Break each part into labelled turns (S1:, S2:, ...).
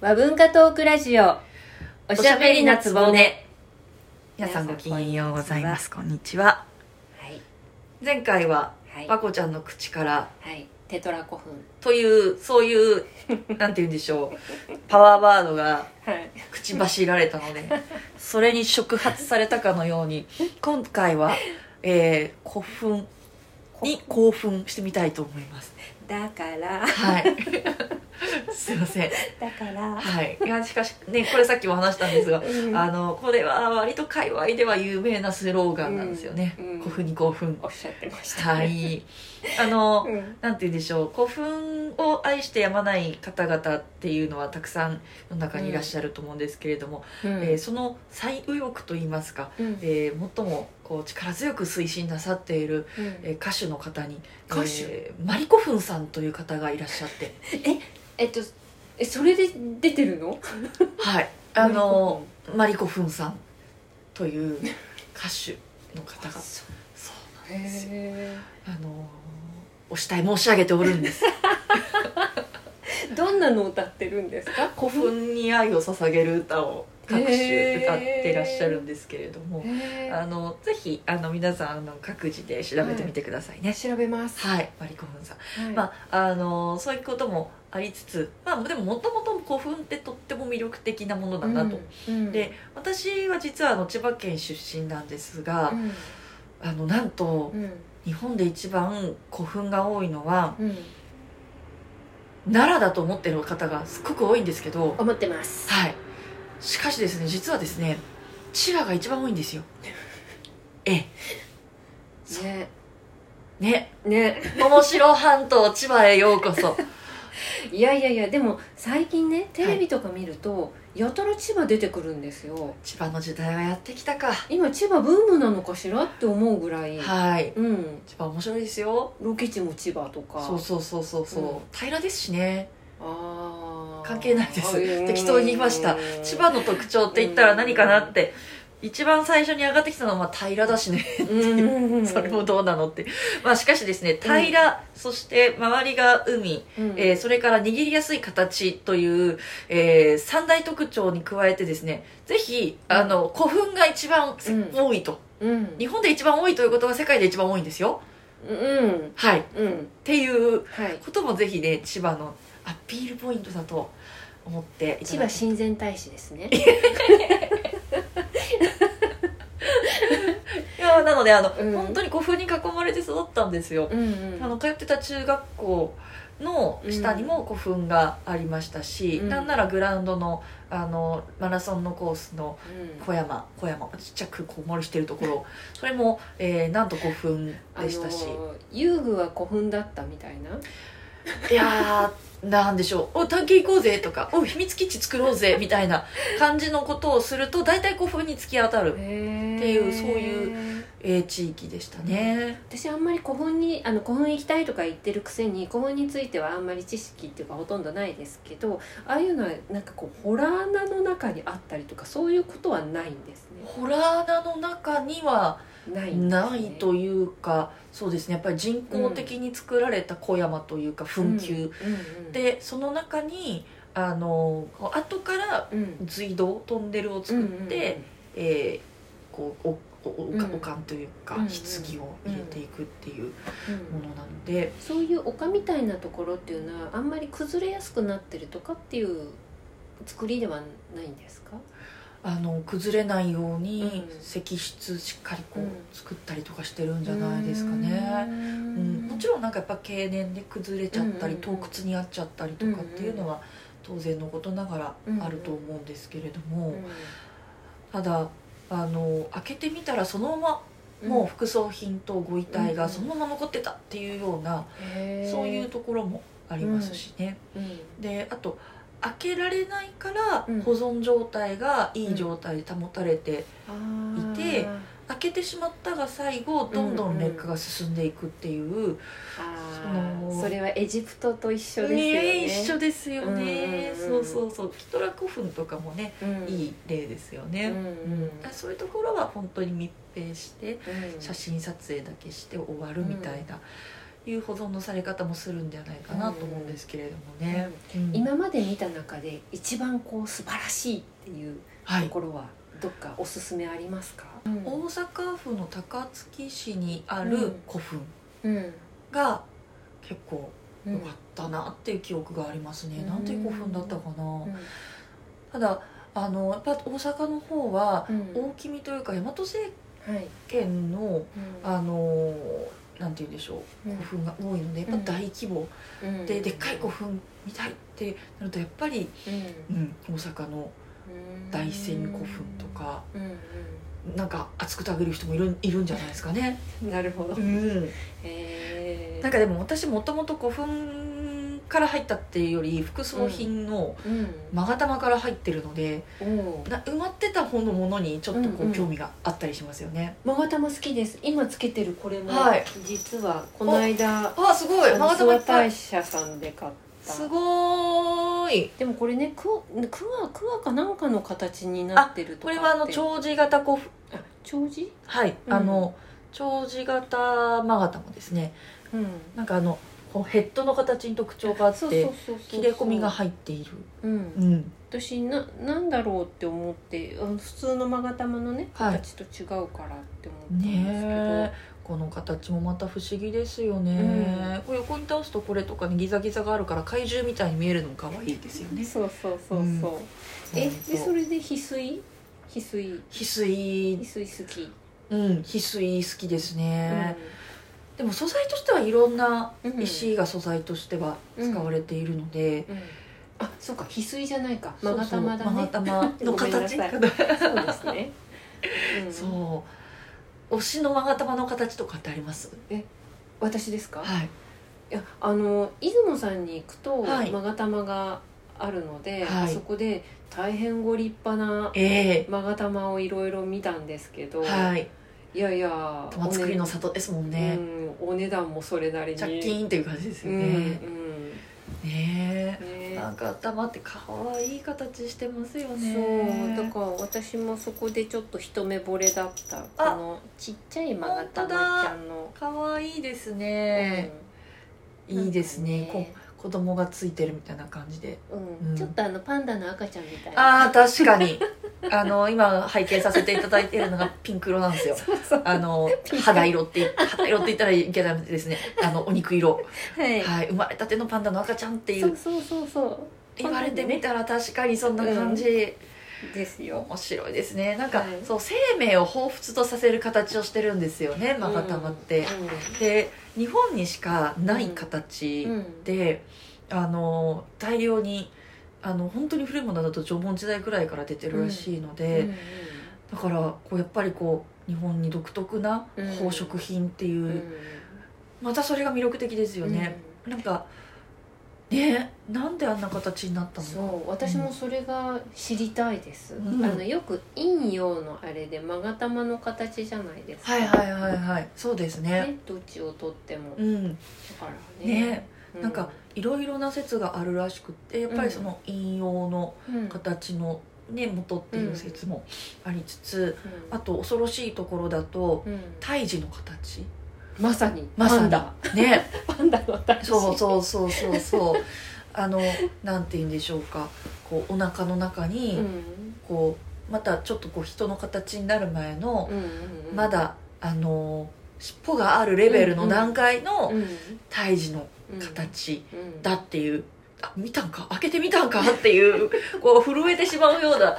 S1: 和文化トークラジオおしゃべりなつぼね
S2: 皆さんごきげんようございますこんにちは
S1: はい
S2: 前回は
S1: はい
S2: まこちゃんの口から
S1: はいテトラ古墳
S2: というそういう なんて言うんでしょうパワーワードが
S1: はい
S2: 口走られたのでそれに触発されたかのように今回は、えー、古墳に興奮してみたいと思いますね
S1: だから
S2: はい すいません
S1: だから
S2: はいいやしかしねこれさっきも話したんですが
S1: うん
S2: あのこれは割と界隈では有名なスローガンなんですよね、
S1: うんうん
S2: 古墳に興奮
S1: おっしゃってまし
S2: した
S1: たね
S2: いあの、
S1: うん
S2: なんて言うんでしょう古墳を愛してやまない方々っていうのはたくさん世の中にいらっしゃると思うんですけれども、
S1: うん
S2: えーその最右翼といいますか、
S1: うん
S2: えー最もこう力強く推進なさっている、
S1: うん
S2: えー歌手の方に
S1: 歌手
S2: えーマリコフンさんという方がいらっし ゃって
S1: えっとえそれで出てるの
S2: はいあのマリコフンさんという歌手の方が
S1: そ
S2: そ
S1: う
S2: うなんですよ
S1: へ
S2: あのーお慕い申し上げておるん です。
S1: ーどんなのを歌ってるんですか
S2: 古墳に愛を捧げる歌を各種
S1: へー
S2: 歌っていらっしゃるんですけれども、
S1: へー
S2: あのぜひあの皆さんあの各自で調べてみてくださいね。
S1: 調べます
S2: はい、マリコフンさん。
S1: はい
S2: まああのそういうこともありつつ、まあでももともと古墳ってとっても魅力的なものだなと。
S1: うんうん
S2: で私は実はあの千葉県出身なんですが
S1: う、ん
S2: あのなんと
S1: うん
S2: 日本で一番古墳が多いのは
S1: うん
S2: 奈良だと思ってる方がすっごく多いんですけど。
S1: 思ってます
S2: はい。しかしですね、実はですね、千葉が一番多いんですよ。ええ。そう
S1: ね
S2: ね。
S1: ね
S2: 面白半島千葉へようこ そ。
S1: いやいやいやでも最近ねテレビとか見ると、やたら千葉出てくるんですよ
S2: 千葉の時代はやってきたか。
S1: 今千葉ブームなのかしらって思うぐらい、
S2: はい。
S1: うん
S2: 千葉面白いですよ。
S1: ロケ地も千葉とか
S2: そうそうそうそうそう、
S1: うん
S2: 平らですしね。
S1: あー
S2: 関係ないです
S1: うん
S2: 適当に言いました千葉の特徴って言ったら何かなって。一番最初に上がってきたのはまあ平らだしね。
S1: うん
S2: それもどうなのって。まあしかしですね、平ら、そして周りが海、
S1: うん
S2: えーそれから握りやすい形という、えー三大特徴に加えてですね、ぜひ、あの、古墳が一番せ
S1: うん
S2: 多いと。
S1: うん
S2: 日本で一番多いということが世界で一番多いんですよ。
S1: うん
S2: はい。っ
S1: うん
S2: ていう
S1: はい
S2: こともぜひね、千葉のアピールポイントだと思っていた
S1: 千
S2: だ
S1: 葉
S2: き
S1: 親善大使ですね
S2: いやなので、あの、
S1: うん
S2: 本当に古墳に囲まれて育ったんですよ。
S1: うんうん
S2: あの通ってた中学校の下にも古墳がありましたし、
S1: うん
S2: なんならグラウンドのあのマラソンのコースの
S1: うん
S2: 小山小山ちっちゃくこう丸してるところそれも、えーなんと古墳
S1: あの
S2: でしたし、
S1: ー遊具は古墳だったみたいない
S2: やーなんでしょう「お探検行こうぜ」とか「お秘密基地作ろうぜ」みたいな感じのことをすると大体古墳に突き当た
S1: っ
S2: る、
S1: て
S2: って
S1: い
S2: いうそういうえー地域でしたね、
S1: 私あんまり古墳にあの古墳行きたいとか言ってるくせに古墳についてはあんまり知識っていうかほとんどないですけどああいうのはなんかこうホラー穴の中にあったりとかそういうことはないんです
S2: ホラー穴の中には
S1: ねないんですね
S2: ないというかそうですねやっぱり人工的に作られた小山というか
S1: うん
S2: 墳丘、
S1: うんうん
S2: でその中にあのこう後から
S1: うん
S2: 隧道トンネルを作って、えーこうおおおおか
S1: うん
S2: おかんというか、
S1: うんうん
S2: 棺を入れていくっていう
S1: うん
S2: ものなので、
S1: そういう丘みたいなところっていうのはあんまり崩れやすくなってるとかっていう作りではないんですか
S2: あの崩れないように
S1: うん
S2: 石室しっかり
S1: う
S2: こ
S1: ん
S2: う作ったりとかしてるんじゃないですかね。うんもち
S1: ろん
S2: ろんなんかやっぱ経年で崩れちゃったり、
S1: うんうん
S2: 洞
S1: うん
S2: 窟にあっちゃったりとかっていうのは当然のことながらあると思うんですけれども、ただあの開けてみたらそのままもう副葬品とご遺体がそのまま残ってたっていうような
S1: へー
S2: そういうところもありますしね、
S1: うん
S2: であと開けられないから
S1: うん
S2: 保存状態がいい状態で保たれて、
S1: あー
S2: いて開けてしまったが最後どんどん劣化が進んでいくっていう、
S1: あー
S2: その
S1: それはエジプトと一緒ですよね
S2: ねえ一緒ですよね、
S1: うんうんうん
S2: そうそうそうキトラ古墳とかもね、
S1: うん
S2: いい例ですよ
S1: う
S2: ね、
S1: んうんうん
S2: だからそういうところは本当に密閉して写真撮影だけして終わるみたいな、いう保存のされ方もするんじゃないかなと思うんですけれどもね。うん
S1: 今まで見た中で一番こう素晴らしいっていう
S2: は
S1: と
S2: い、
S1: ころはどっかおすすめありますか、うん
S2: 大阪府の高槻市にあ
S1: うん
S2: る古墳
S1: うん
S2: が結構
S1: う
S2: 良
S1: ん
S2: かったなっていう記憶がありますね。
S1: うん
S2: なんていう古墳だったかな
S1: う。ん
S2: ただあのやっぱ大阪の方は
S1: うん
S2: 大きみというか大和政
S1: はい、
S2: 権の
S1: うん
S2: あのなんて言うんでしょう
S1: うん
S2: 古墳が多いのでやっぱ大規模
S1: うん
S2: ででっかい古墳見たいってなるとやっぱり、
S1: うん
S2: うん、大阪の大仙古墳と、か
S1: うんうん
S2: なんか熱くたぐる人もいるいるんじゃないですかね。
S1: うんなるほど、
S2: ん、
S1: へー
S2: なんかでも私もともと古墳から入ったっていうより副葬品の
S1: うん
S2: 勾玉から入ってるので、
S1: おう
S2: な埋まってた方のものにちょっとこ
S1: うんう
S2: うん興味があったりしますよね。
S1: マガタマ好きです今つけてるこれも、
S2: はい
S1: 実はこの間
S2: あすごい
S1: 諏
S2: 勾玉い
S1: 訪
S2: っぱい
S1: 大社さんで買った
S2: すごーい
S1: でもこれねクワクワクワかなんかの形になってると
S2: こ
S1: かっ
S2: れ
S1: て
S2: はあの長寿型古墳
S1: あ長寿
S2: はい、
S1: うん
S2: あの長寿型勾玉ですね
S1: うん
S2: なんかあのこうヘッドの形に特徴があって
S1: そうそうそう
S2: 切れ込みが入っている、
S1: うん
S2: うん、
S1: 私ななんだろうって思ってあの普通のマガタマのね
S2: はい
S1: 形と違うからって思ったん
S2: ね
S1: ですけど、
S2: えこの形もまた不思議ですよね、これ横に倒すとこれとかにギザギザがあるから怪獣みたいに見えるのも可愛いですよね
S1: そうそうそうそう、
S2: うん
S1: え
S2: ほんと
S1: でそれで翡翠翡翠
S2: 翡
S1: 翡
S2: 翠
S1: 翠好き、
S2: うん翡翠好きですね、でも素材としてはいろんな
S1: うんうん
S2: 石が素材としては使われているので、
S1: うんあそうか翡翠じゃないか
S2: そう
S1: マガ
S2: そ
S1: タ
S2: う
S1: マだね
S2: 勾玉 の
S1: ごめんなさ
S2: 形
S1: い
S2: かな
S1: そうですね、 うん、
S2: そう推しの勾玉の形とかってあります
S1: 私ですか
S2: はい
S1: いやあの出雲さんに行くと
S2: はい
S1: 勾玉があるので、
S2: はい
S1: あそこで大変ご立派な
S2: ええ
S1: 勾玉をいろいろ見たんですけど、
S2: はい
S1: い、やいや
S2: 玉作りの
S1: おね
S2: 里ですもんね、
S1: うん、お値段もそれなりに
S2: 借金っていう感じです
S1: う
S2: よ
S1: ん、
S2: ね、
S1: う
S2: ね
S1: ん
S2: え
S1: ね
S2: なんか頭って可愛い形してますよね
S1: そうだから私もそこでちょっと一目惚れだったこのちっちゃいマガタマちゃんの、
S2: 可愛いですね、いいですね
S1: なんかね
S2: こ子供がついてるみたいな感じで
S1: うん
S2: うん
S1: ちょっとあのパンダの赤ちゃんみたいな
S2: ああ確かに あの今拝見させていただいてるのがピンク色なんですよ
S1: そうそう
S2: あの肌色って肌色って言ったらいけないですねあのお肉色
S1: はい、
S2: はい、生まれたてのパンダの赤ちゃんってい
S1: そううそうそうそ
S2: 言われてみたら確かにそんな感じ、
S1: うですよ
S2: 面白いですねなんか、
S1: はい
S2: そう生命を彷彿とさせる形をしてるんですよねマガタマって、で日本にしかない形
S1: うん
S2: で、あの大量にあの本当に古いものだと縄文時代くらいから出てるらしいの
S1: う
S2: で、
S1: んうん
S2: だからこうやっぱりこう日本に独特な宝飾品っていう、
S1: うん
S2: またそれが魅力的ですよね、なんかねなんであんな形になったのか
S1: そう私もそれが知りたいです、
S2: うん
S1: あのよく陰陽のあれで勾玉の形じゃないですか
S2: はいはいはいはいそうですね
S1: ねどっちをとってもだ
S2: うん
S1: からね
S2: ね
S1: う
S2: なんかいろいろな説があるらしくてやっぱりその引用の
S1: うん
S2: 形のね元っていう説もありつつ
S1: うん
S2: あと恐ろしいところだと
S1: うん
S2: 胎児の形
S1: まさに
S2: まさ
S1: パ
S2: に
S1: ンダ
S2: ね
S1: パンダの大
S2: そうそうそうそうそうあのなんて言うんでしょうかこうお腹の中
S1: う
S2: に
S1: ん
S2: こうまたちょっとこう人の形になる前の
S1: うんうんうん
S2: まだあの尻尾があるレベルの段階の
S1: うん
S2: 胎児の
S1: うん
S2: 形
S1: うん
S2: だっていうあ見たんか開けてみたんかっていうこう震えてしまうような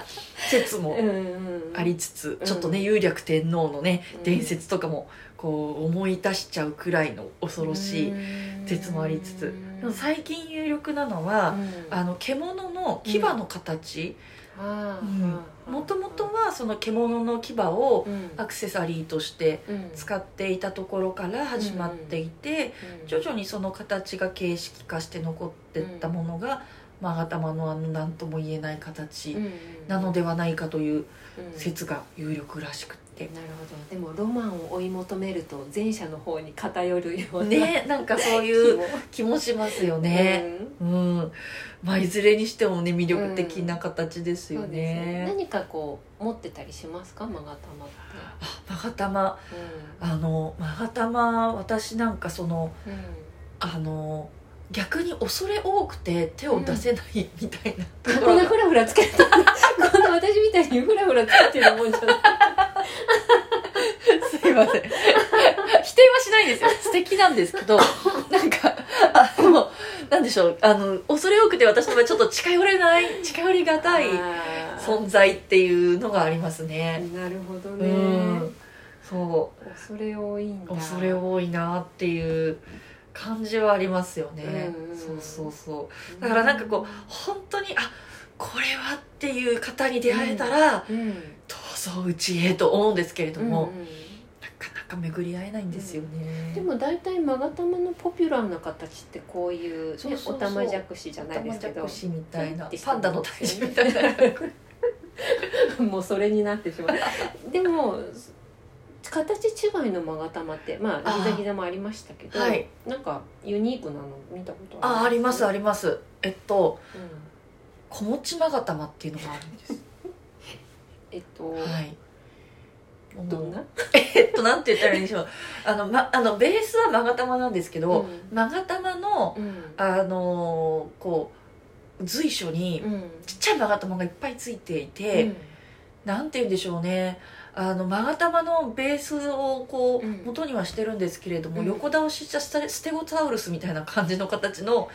S2: 説も
S1: うんうんうん
S2: ありつつ、
S1: うん
S2: ちょっとね雄略天皇のね、
S1: うん
S2: 伝説とかもこう思い出しちゃうくらいの恐ろしい、説もありつつ
S1: うん
S2: でも最近有力なのは、
S1: うん
S2: あの獣の牙の形もともと、はその獣の牙を
S1: うん
S2: アクセサリーとして
S1: うん
S2: 使っていたところから始まっていて、
S1: うん
S2: 徐々にその形が形式化して残ってったものが、勾玉のあの何とも言えない形
S1: うんうん
S2: なのではないかという
S1: うん
S2: 説が有力らしくって。
S1: なるほどでもロマンを追い求めると前者の方に偏るような
S2: ねなんかそう
S1: 気
S2: いう
S1: も
S2: 気もしますよね。
S1: うん
S2: うん、まあいずれにしてもね魅力的な形ですよ
S1: そうですね
S2: ね。
S1: 何かこう持ってたりしますか勾玉っ
S2: あ、マガタマ、
S1: て、
S2: あのマガタマ私なんかその
S1: うん
S2: あの逆に恐れ多くて手を出せないみたいな
S1: うん、
S2: とこ
S1: こんな
S2: ろが
S1: フラフラつけたこんな私みたいにフラフラつけてるもんじゃない
S2: すい ません否定はしないんですよ素敵なんですけ どなんかあのなんでしょうあの恐れ多くて私の場合ちょっと近寄れない近寄りがたい
S1: あー
S2: 存在っていうのがありますね
S1: なるほど
S2: う
S1: ね、
S2: んそう
S1: 恐れ多いんだ
S2: 恐れ多いなっていう感じはありますよね
S1: うんうん
S2: そうそうそうだからなんかこ本当にあこれはっていう方に出会えたら、
S1: う、うん、
S2: どうぞうちへと思うんですけれども、
S1: うんうん
S2: なかなか巡り合えないんですよね、
S1: でも大体勾玉のポピュラーな形ってこういう、ね、
S2: そうそうそう
S1: おたまじゃくしじゃない
S2: 玉
S1: です
S2: じ
S1: け
S2: ゃ
S1: ど
S2: くしみたいな
S1: ピンってして
S2: パ
S1: る
S2: ンダの体重みたいな
S1: もうそれになってしまう でも形違いの勾玉ってまあ
S2: あー
S1: ギザギザもありましたけど、
S2: はい
S1: なんかユニークなの見たこと
S2: あありますあ
S1: り
S2: りますえっと
S1: ます、うん
S2: 小持まがたまっていうのがあるんです
S1: えっと、
S2: はい
S1: どんな、
S2: えっとなんて言ったらいいんでしょうあの,、ま、あのベースはまがたまなんですけど、
S1: う
S2: まがたまの
S1: うん
S2: あのーこう随所に
S1: うん
S2: ちっちゃいまがたまがいっぱいついていて、
S1: うん
S2: なんて言うんでしょうねあの勾玉のベースをこう、
S1: うん
S2: 元にはしてるんですけれども、
S1: うん
S2: 横倒ししたステステゴサウルスみたいな感じの形の、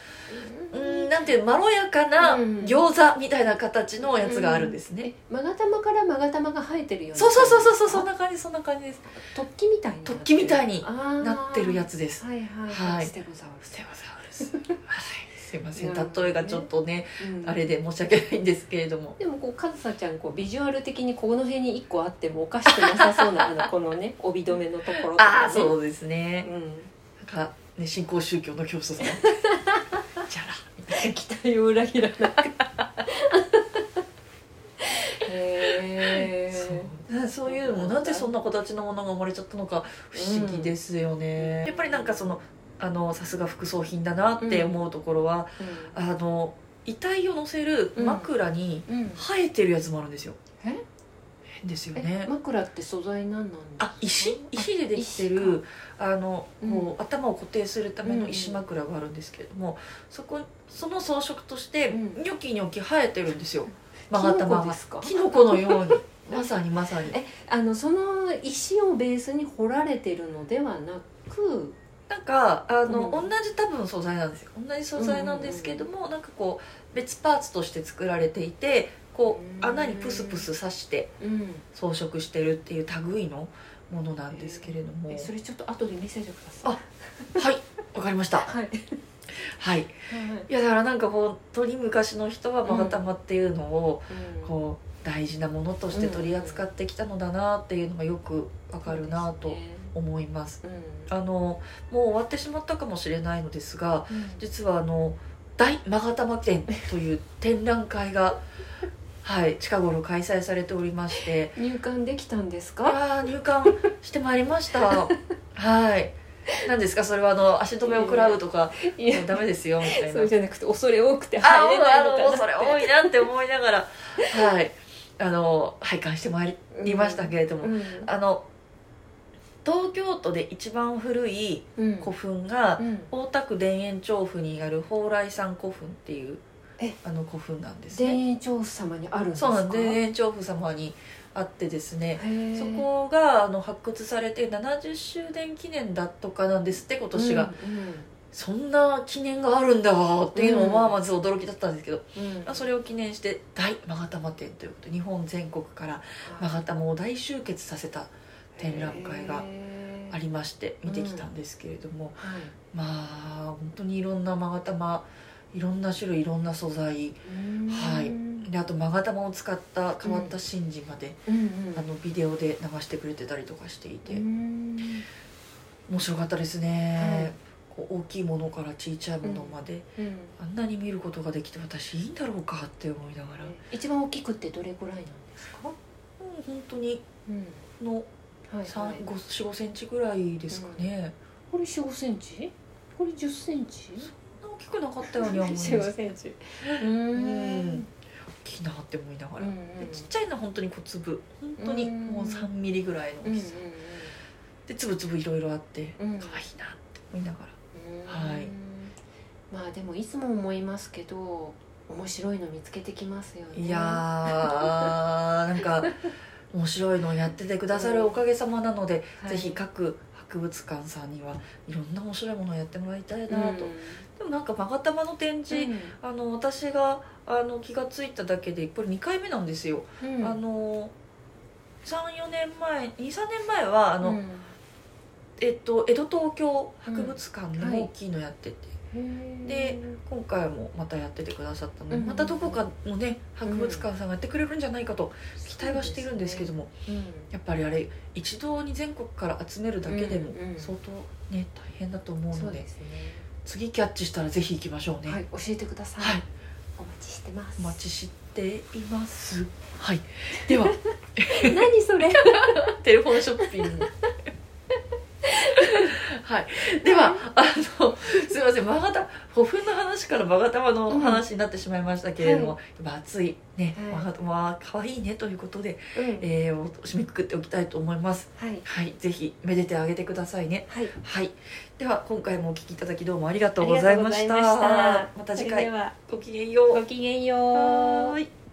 S2: う
S1: うん
S2: ん、なんていうまろやかな
S1: うん
S2: 餃子みたいな形のやつがあるんですね、
S1: 勾玉から勾玉が生えてるような
S2: そうそうそうそうそうそん
S1: う
S2: な感じそんな感じです
S1: 突起みたいに
S2: 突起みたいにな
S1: な
S2: ってるや
S1: つ
S2: つです
S1: はいはい
S2: はい
S1: ステゴサウル
S2: ス
S1: ス、
S2: テゴサ ウルスはいすいません
S1: なるほどね
S2: 例えがちょっとね、
S1: うん
S2: あれで申し訳ないんですけれども
S1: でもこうかずさちゃんこうビジュアル的にこの辺に一個あってもおかしくなさそうなあ のこのね帯留めのところと
S2: あ
S1: か、ね、
S2: あそうですね、
S1: う
S2: なんかね新興宗教の 教祖さんじゃら
S1: ん、期待を裏切らなくへえ
S2: そうそういうのもなんでそんな形のものが生まれちゃったのか不思議ですよね、
S1: うん
S2: やっぱりなんかそのあのさすが副葬品だなって思うところは、あの遺体を乗せる枕に
S1: うん、うん、
S2: 生えてるやつもあるんですよ、
S1: え
S2: 変ですよ
S1: え
S2: ね
S1: 枕って素材何なんですか
S2: あ石石でできて
S1: あ石
S2: るあの
S1: うん
S2: こう頭を固定するための石枕があるんですけれども、そこその装飾として
S1: うん
S2: ニョキニョキ生えてる んですよ
S1: キ
S2: 勾
S1: ノ
S2: 玉
S1: コで
S2: が
S1: すか
S2: キノコのよう にまさにまさに
S1: えあのその石をベースに彫られてるのではなく
S2: なんかあの、
S1: うん
S2: 同じ多分素材なんですよ同じ素材なんですけども、なんかこう別パーツとして作られていてこ
S1: う
S2: うん穴にプスプス刺して
S1: うん
S2: 装飾してるっていう類のものなんですけれども、
S1: えそれちょっと後で見せてください
S2: はいわかりました
S1: はい
S2: はいいやだからなんか本当に昔の人は勾玉っていうのを、こう大事なものとして取り扱ってきたのだなっていうのがよくわかるなと思います
S1: うん
S2: あのもう終わってしまったかもしれないのですが
S1: うん
S2: 実はあの大勾玉展という展覧 会がはい近頃開催されておりまして
S1: 入館できたんですか
S2: ああ入館してまいりました はい何ですかそれはあの足止めを食らうとか
S1: いや
S2: ダメですよみたい
S1: そ
S2: な
S1: うじゃなくて恐れ多く て
S2: あ
S1: 入れないの
S2: あの
S1: か
S2: それ多いなって思いながらはいあの拝観してまい
S1: な
S2: りましたけれども、
S1: うん
S2: あの東京都で一番古い
S1: うん
S2: 古墳が、
S1: うん
S2: 大田区田園調布にある蓬莱山古墳っていう
S1: え
S2: あの古墳なんです
S1: 田
S2: ね
S1: 園調布様にあるんです
S2: そ
S1: か
S2: うなんです田園調布様にあってですね
S1: へえ
S2: そこがあの発掘されて70周年記念だとかなんですって今年が、そんな記念があるんだわっていうの
S1: うん
S2: もまあまず驚きだったんですけど、
S1: うんうん
S2: まあ、それを記念して大勾玉展ということで日本全国から勾玉を大集結させた展覧会が
S1: へえ
S2: ありまして見てきたんですけれども、
S1: はい
S2: まあ本当にいろんな勾玉いろんな種類いろんな素材
S1: うん
S2: はい
S1: うん
S2: であと勾玉を使った変わった神事まで、
S1: うん
S2: あのビデオで流してくれてたりとかしていて、
S1: うん
S2: 面白かったですね、こう大きいものから小さいものまで、
S1: うん
S2: あんなに見ることができて私いいんだろうかって思いながら、
S1: 一番大きくってどれぐらいなんですか、
S2: うん、本当に
S1: うん
S2: の
S1: はいはい、
S2: 45センチぐらいですかね、
S1: これ4 5センチこれ1 0センチ
S2: そんな大きくなかったようには 思います
S1: 4 5
S2: 大
S1: センチうーん
S2: きいなって思いなが
S1: う
S2: ら、
S1: ん
S2: でちっちゃいのは本当に小粒本当にもう3ミリぐらいの
S1: うんう
S2: 大
S1: ん
S2: きさ、で粒々いろいろあって、
S1: うん
S2: 可愛いなって思いながら
S1: うん
S2: はい
S1: まあでもいつも思いますけど面白いの見つけてきますよね
S2: いやー なんか面白いのをやっててくださるおかげさまなので、
S1: はい
S2: ぜひ各博物館さんにはいろんな面白いものをやってもらいたいな
S1: うん
S2: と、でもなんか「まがたま」の展示、あの私があの気が付いただけでこれ2回目なんですよ。
S1: うん
S2: あの34年前23年前はあの、
S1: うん
S2: えっと、江戸東京博物館
S1: うんは
S2: の
S1: い
S2: 大きいのやってて、
S1: へー
S2: で今回もまたやっててくださったので、
S1: うん
S2: またどこかのね博物館さんがやってくれるんじゃないかと期待はしているんですけども、
S1: うん
S2: やっぱりあれ一堂に全国から集めるだけでも
S1: うんうん
S2: 相当ね大変だと思う
S1: そ
S2: の
S1: う
S2: で,、
S1: ですね
S2: 次キャッチしたらぜひ行きましょうね。
S1: はい教えてください、
S2: はい
S1: お待ちしてます
S2: お待ちしています。はい、では
S1: 何それ
S2: テレフォンショッピン グ。はい、では、あの、すみません、まがた、古墳の話からまがたまの話になってしまいましたけれども。
S1: う
S2: やっぱ暑い、ね、
S1: はい
S2: まがたま、可愛いねということで、
S1: うん
S2: えー、お締めくくっておきたいと思います。
S1: はい
S2: はい、ぜひ、めでてあげてくださいね。
S1: はい
S2: はい、では、今回もお聞きいただき、どうもありがとうございました。
S1: ありがとうございました
S2: また次
S1: それで
S2: 回、
S1: は
S2: ごきげんよう。
S1: ごきげんよう
S2: はーい